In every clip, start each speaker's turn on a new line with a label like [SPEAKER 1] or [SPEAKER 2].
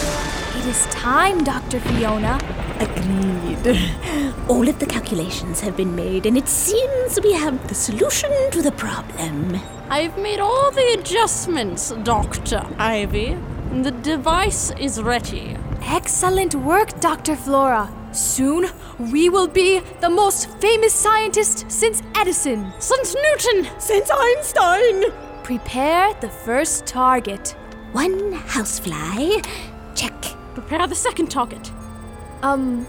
[SPEAKER 1] It is time, Dr. Fiona.
[SPEAKER 2] Agreed. All of the calculations have been made, and it seems we have the solution to the problem.
[SPEAKER 3] I've made all the adjustments, Dr. Ivy. The device is ready.
[SPEAKER 1] Excellent work, Dr. Flora. Soon we will be the most famous scientist since Edison.
[SPEAKER 3] Since Newton!
[SPEAKER 2] Since Einstein!
[SPEAKER 1] Prepare the first target.
[SPEAKER 2] One housefly. Check.
[SPEAKER 3] Prepare the second target.
[SPEAKER 1] Um,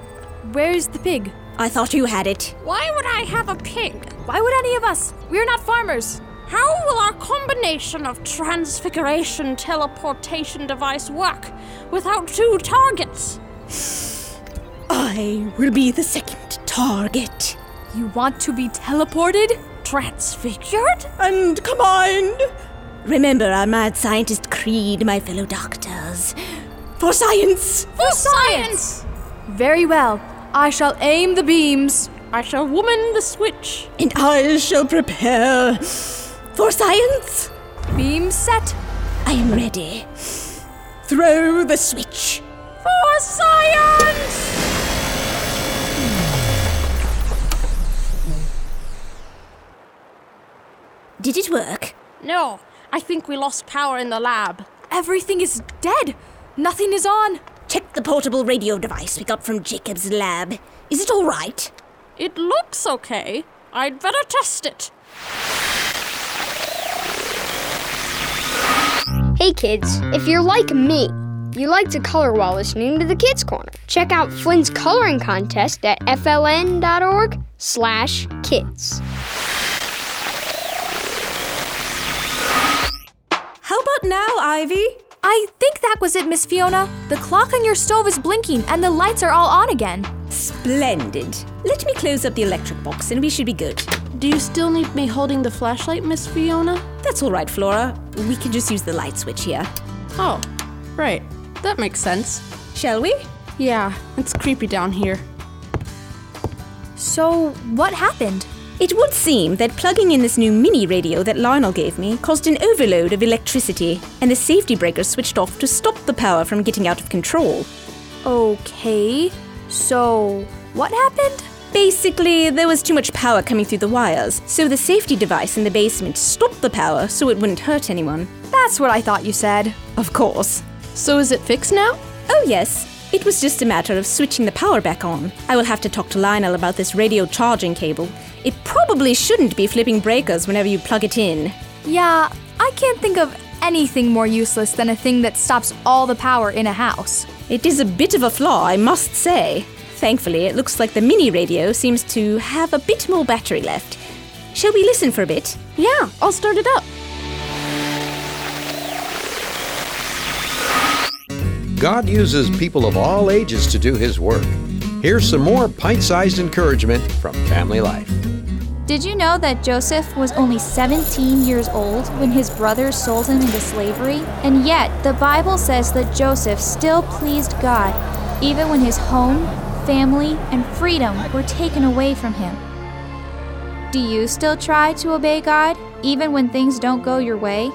[SPEAKER 1] where's the pig?
[SPEAKER 2] I thought you had it.
[SPEAKER 3] Why would I have a pig?
[SPEAKER 1] Why would any of us? We're not farmers.
[SPEAKER 3] How will our combination of transfiguration teleportation device work without two targets?
[SPEAKER 2] I will be the second target.
[SPEAKER 1] You want to be teleported?
[SPEAKER 3] Transfigured?
[SPEAKER 2] And combined. Remember our mad scientist creed, my fellow doctors. For science!
[SPEAKER 3] For science!
[SPEAKER 1] Very well. I shall aim the beams.
[SPEAKER 3] I shall woman the switch.
[SPEAKER 2] And I shall prepare for science.
[SPEAKER 1] Beam set.
[SPEAKER 2] I am ready. Throw the switch.
[SPEAKER 3] For science!
[SPEAKER 2] Did it work?
[SPEAKER 3] No, I think we lost power in the lab.
[SPEAKER 1] Everything is dead. Nothing is on.
[SPEAKER 2] Check the portable radio device we got from Jacob's lab. Is it all right?
[SPEAKER 3] It looks okay. I'd better test it.
[SPEAKER 4] Hey kids, if you're like me, you like to color while listening to the Kids Corner. Check out Flynn's coloring contest at fln.org slash kids.
[SPEAKER 1] How about now, Ivy? I think that was it, Miss Fiona. The clock on your stove is blinking and the lights are all on again.
[SPEAKER 2] Splendid. Let me close up the electric box and we should be good.
[SPEAKER 3] Do you still need me holding the flashlight, Miss Fiona?
[SPEAKER 2] That's all right, Flora. We can just use the light switch here.
[SPEAKER 3] Oh, right. That makes sense.
[SPEAKER 2] Shall we?
[SPEAKER 3] Yeah, it's creepy down here.
[SPEAKER 1] So, what happened?
[SPEAKER 2] It would seem that plugging in this new mini radio that Lionel gave me caused an overload of electricity, and the safety breaker switched off to stop the power from getting out of control.
[SPEAKER 1] Okay. So, what happened?
[SPEAKER 2] Basically, there was too much power coming through the wires, so the safety device in the basement stopped the power so it wouldn't hurt anyone.
[SPEAKER 1] That's what I thought you said.
[SPEAKER 2] Of course.
[SPEAKER 3] So is it fixed now?
[SPEAKER 2] Oh, yes. It was just a matter of switching the power back on. I will have to talk to Lionel about this radio charging cable. It probably shouldn't be flipping breakers whenever you plug it in.
[SPEAKER 1] Yeah, I can't think of anything more useless than a thing that stops all the power in a house.
[SPEAKER 2] It is a bit of a flaw, I must say. Thankfully, it looks like the mini radio seems to have a bit more battery left. Shall we listen for a bit?
[SPEAKER 3] Yeah, I'll start it up.
[SPEAKER 5] God uses people of all ages to do His work. Here's some more pint sized encouragement from Family Life.
[SPEAKER 6] Did you know that Joseph was only 17 years old when his brothers sold him into slavery? And yet, the Bible says that Joseph still pleased God, even when his home, family, and freedom were taken away from him. Do you still try to obey God, even when things don't go your way?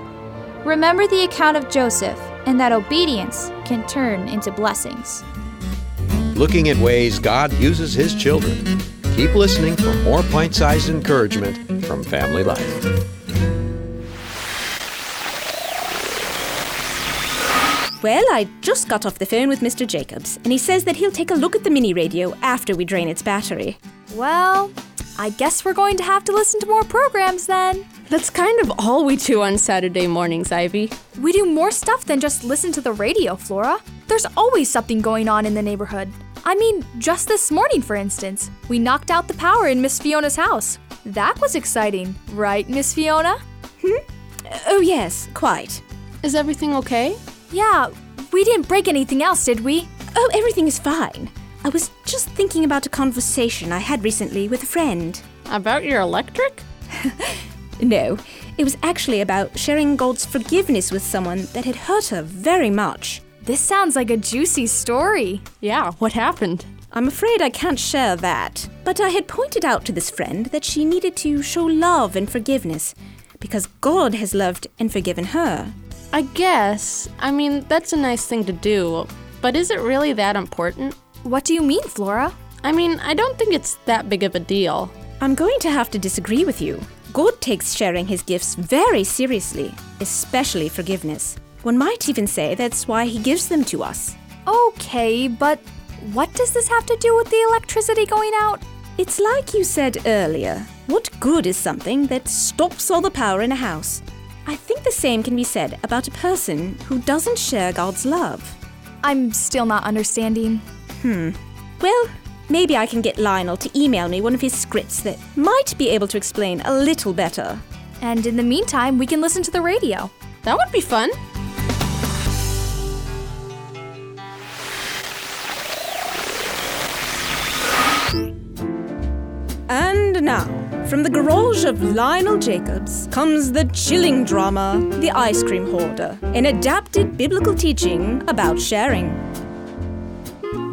[SPEAKER 6] Remember the account of Joseph, and that obedience can turn into blessings.
[SPEAKER 5] Looking at ways God uses His children. Keep listening for more pint sized encouragement from Family Life.
[SPEAKER 2] Well, I just got off the phone with Mr. Jacobs, and he says that he'll take a look at the mini radio after we drain its battery.
[SPEAKER 1] Well, I guess we're going to have to listen to more programs then.
[SPEAKER 3] That's kind of all we do on Saturday mornings, Ivy.
[SPEAKER 1] We do more stuff than just listen to the radio, Flora. There's always something going on in the neighborhood. I mean, just this morning, for instance, we knocked out the power in Miss Fiona's house. That was exciting, right, Miss Fiona?
[SPEAKER 2] Oh, yes, quite.
[SPEAKER 3] Is everything okay?
[SPEAKER 1] Yeah, we didn't break anything else, did we?
[SPEAKER 2] Oh, everything is fine. I was just thinking about a conversation I had recently with a friend.
[SPEAKER 3] About your electric?
[SPEAKER 2] No, it was actually about sharing God's forgiveness with someone that had hurt her very much.
[SPEAKER 1] This sounds like a juicy story.
[SPEAKER 3] Yeah, what happened?
[SPEAKER 2] I'm afraid I can't share that. But I had pointed out to this friend that she needed to show love and forgiveness because God has loved and forgiven her.
[SPEAKER 3] I guess. I mean, that's a nice thing to do. But is it really that important?
[SPEAKER 1] What do you mean, Flora?
[SPEAKER 3] I mean, I don't think it's that big of a deal.
[SPEAKER 2] I'm going to have to disagree with you. God takes sharing his gifts very seriously, especially forgiveness. One might even say that's why he gives them to us.
[SPEAKER 1] Okay, but what does this have to do with the electricity going out?
[SPEAKER 2] It's like you said earlier what good is something that stops all the power in a house? I think the same can be said about a person who doesn't share God's love.
[SPEAKER 1] I'm still not understanding.
[SPEAKER 2] Well, maybe I can get Lionel to email me one of his scripts that might be able to explain a little better.
[SPEAKER 1] And in the meantime, we can listen to the radio.
[SPEAKER 3] That would be fun.
[SPEAKER 2] And now, from the garage of Lionel Jacobs comes the chilling drama, The Ice Cream Hoarder, an adapted biblical teaching about sharing.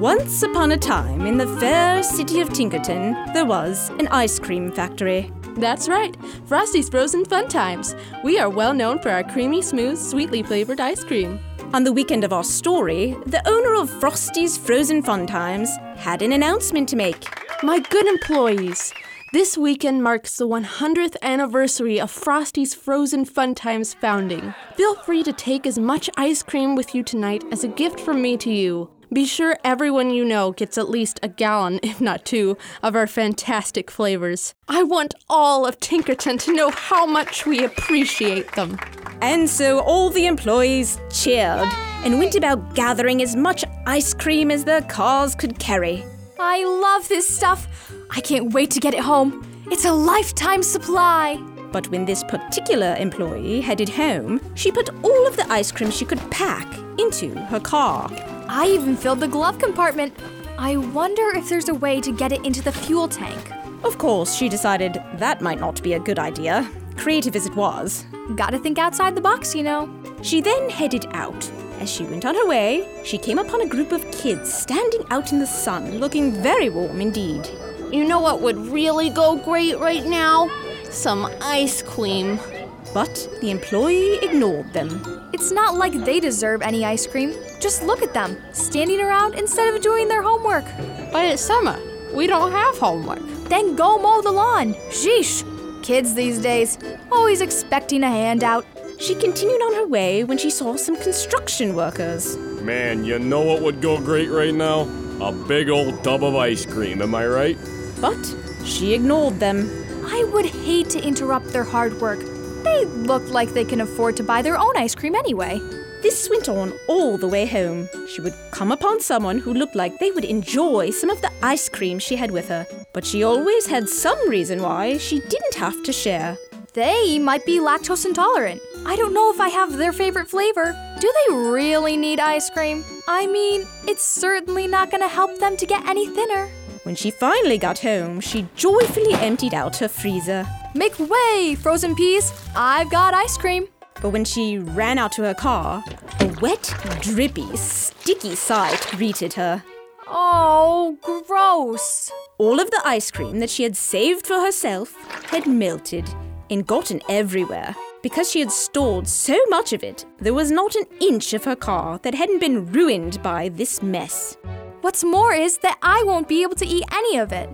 [SPEAKER 2] Once upon a time, in the fair city of Tinkerton, there was an ice cream factory.
[SPEAKER 3] That's right, Frosty's Frozen Fun Times. We are well known for our creamy, smooth, sweetly flavored ice cream.
[SPEAKER 2] On the weekend of our story, the owner of Frosty's Frozen Fun Times had an announcement to make.
[SPEAKER 3] My good employees, this weekend marks the 100th anniversary of Frosty's Frozen Fun Times founding. Feel free to take as much ice cream with you tonight as a gift from me to you. Be sure everyone you know gets at least a gallon, if not two, of our fantastic flavors. I want all of Tinkerton to know how much we appreciate them.
[SPEAKER 2] And so all the employees cheered and went about gathering as much ice cream as their cars could carry.
[SPEAKER 1] I love this stuff. I can't wait to get it home. It's a lifetime supply.
[SPEAKER 2] But when this particular employee headed home, she put all of the ice cream she could pack into her car.
[SPEAKER 1] I even filled the glove compartment. I wonder if there's a way to get it into the fuel tank.
[SPEAKER 2] Of course, she decided that might not be a good idea, creative as it was.
[SPEAKER 1] Gotta think outside the box, you know.
[SPEAKER 2] She then headed out. As she went on her way, she came upon a group of kids standing out in the sun, looking very warm indeed.
[SPEAKER 3] You know what would really go great right now? Some ice cream.
[SPEAKER 2] But the employee ignored them.
[SPEAKER 1] It's not like they deserve any ice cream. Just look at them, standing around instead of doing their homework.
[SPEAKER 3] But it's summer. We don't have homework.
[SPEAKER 1] Then go mow the lawn. Sheesh. Kids these days, always expecting a handout.
[SPEAKER 2] She continued on her way when she saw some construction workers.
[SPEAKER 7] Man, you know what would go great right now? A big old tub of ice cream, am I right?
[SPEAKER 2] But she ignored them.
[SPEAKER 1] I would hate to interrupt their hard work. They look like they can afford to buy their own ice cream anyway.
[SPEAKER 2] This went on all the way home. She would come upon someone who looked like they would enjoy some of the ice cream she had with her, but she always had some reason why she didn't have to share.
[SPEAKER 1] They might be lactose intolerant. I don't know if I have their favorite flavor. Do they really need ice cream? I mean, it's certainly not going to help them to get any thinner.
[SPEAKER 2] When she finally got home, she joyfully emptied out her freezer.
[SPEAKER 1] Make way, frozen peas. I've got ice cream.
[SPEAKER 2] But when she ran out to her car, a wet, drippy, sticky sight greeted her.
[SPEAKER 1] Oh, gross.
[SPEAKER 2] All of the ice cream that she had saved for herself had melted and gotten everywhere. Because she had stored so much of it, there was not an inch of her car that hadn't been ruined by this mess.
[SPEAKER 1] What's more is that I won't be able to eat any of it.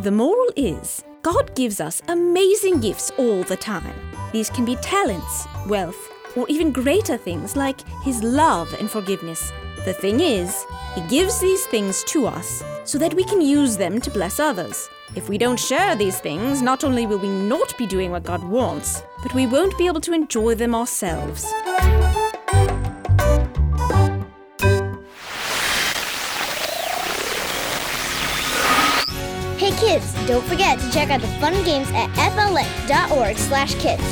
[SPEAKER 2] The moral is God gives us amazing gifts all the time. These can be talents, wealth, or even greater things like His love and forgiveness. The thing is, He gives these things to us so that we can use them to bless others. If we don't share these things, not only will we not be doing what God wants, but we won't be able to enjoy them ourselves.
[SPEAKER 8] Hey kids, don't forget to check out the fun games at fln.org slash kids.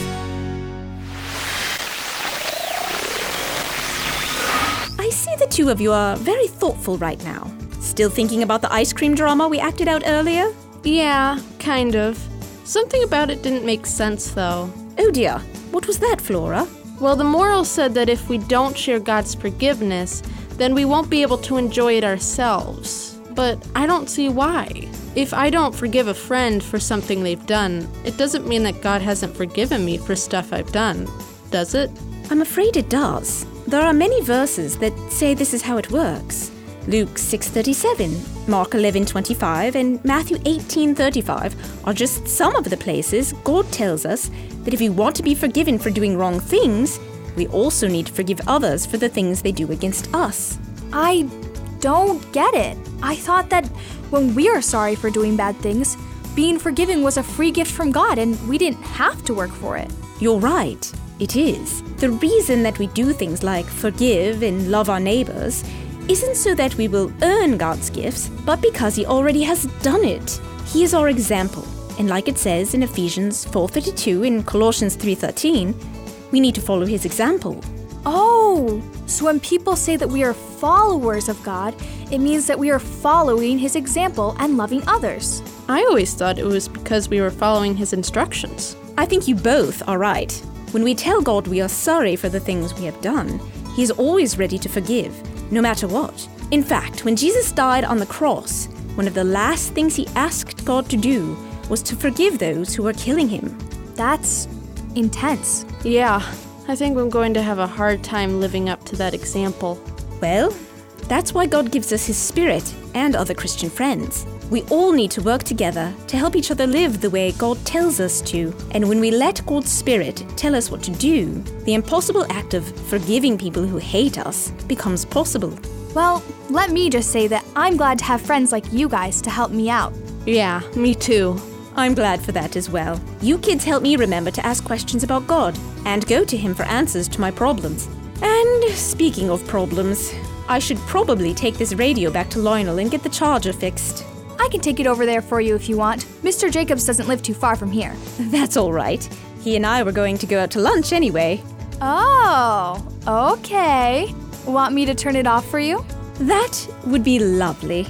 [SPEAKER 2] I see the two of you are very thoughtful right now. Still thinking about the ice cream drama we acted out earlier?
[SPEAKER 3] Yeah, kind of. Something about it didn't make sense, though.
[SPEAKER 2] Oh dear, what was that, Flora?
[SPEAKER 3] Well, the moral said that if we don't share God's forgiveness, then we won't be able to enjoy it ourselves. But I don't see why. If I don't forgive a friend for something they've done, it doesn't mean that God hasn't forgiven me for stuff I've done, does it?
[SPEAKER 2] I'm afraid it does. There are many verses that say this is how it works. Luke 6:37, Mark 11:25, and Matthew 18:35 are just some of the places God tells us that if we want to be forgiven for doing wrong things, we also need to forgive others for the things they do against us.
[SPEAKER 1] I don't get it. I thought that when we are sorry for doing bad things, being forgiving was a free gift from God and we didn't have to work for it.
[SPEAKER 2] You're right, it is. The reason that we do things like forgive and love our neighbors isn't so that we will earn God's gifts, but because He already has done it. He is our example. And like it says in Ephesians 4:32 and Colossians 3:13, we need to follow his example.
[SPEAKER 1] Oh, so when people say that we are followers of God, it means that we are following His example and loving others.
[SPEAKER 3] I always thought it was because we were following his instructions.
[SPEAKER 2] I think you both are right. When we tell God we are sorry for the things we have done, He is always ready to forgive, no matter what. In fact, when Jesus died on the cross, one of the last things He asked God to do was to forgive those who were killing Him.
[SPEAKER 1] That's intense.
[SPEAKER 3] Yeah, I think I'm going to have a hard time living up to that example.
[SPEAKER 2] Well, that's why God gives us His Spirit and other Christian friends. We all need to work together to help each other live the way God tells us to. And when we let God's Spirit tell us what to do, the impossible act of forgiving people who hate us becomes possible.
[SPEAKER 1] Well, let me just say that I'm glad to have friends like you guys to help me out.
[SPEAKER 3] Yeah, me too.
[SPEAKER 2] I'm glad for that as well. You kids help me remember to ask questions about God and go to Him for answers to my problems. And speaking of problems, I should probably take this radio back to Lionel and get the charger fixed.
[SPEAKER 1] I can take it over there for you if you want. Mr. Jacobs doesn't live too far from here.
[SPEAKER 2] That's all right. He and I were going to go out to lunch anyway.
[SPEAKER 1] Oh, okay. Want me to turn it off for you?
[SPEAKER 2] That would be lovely.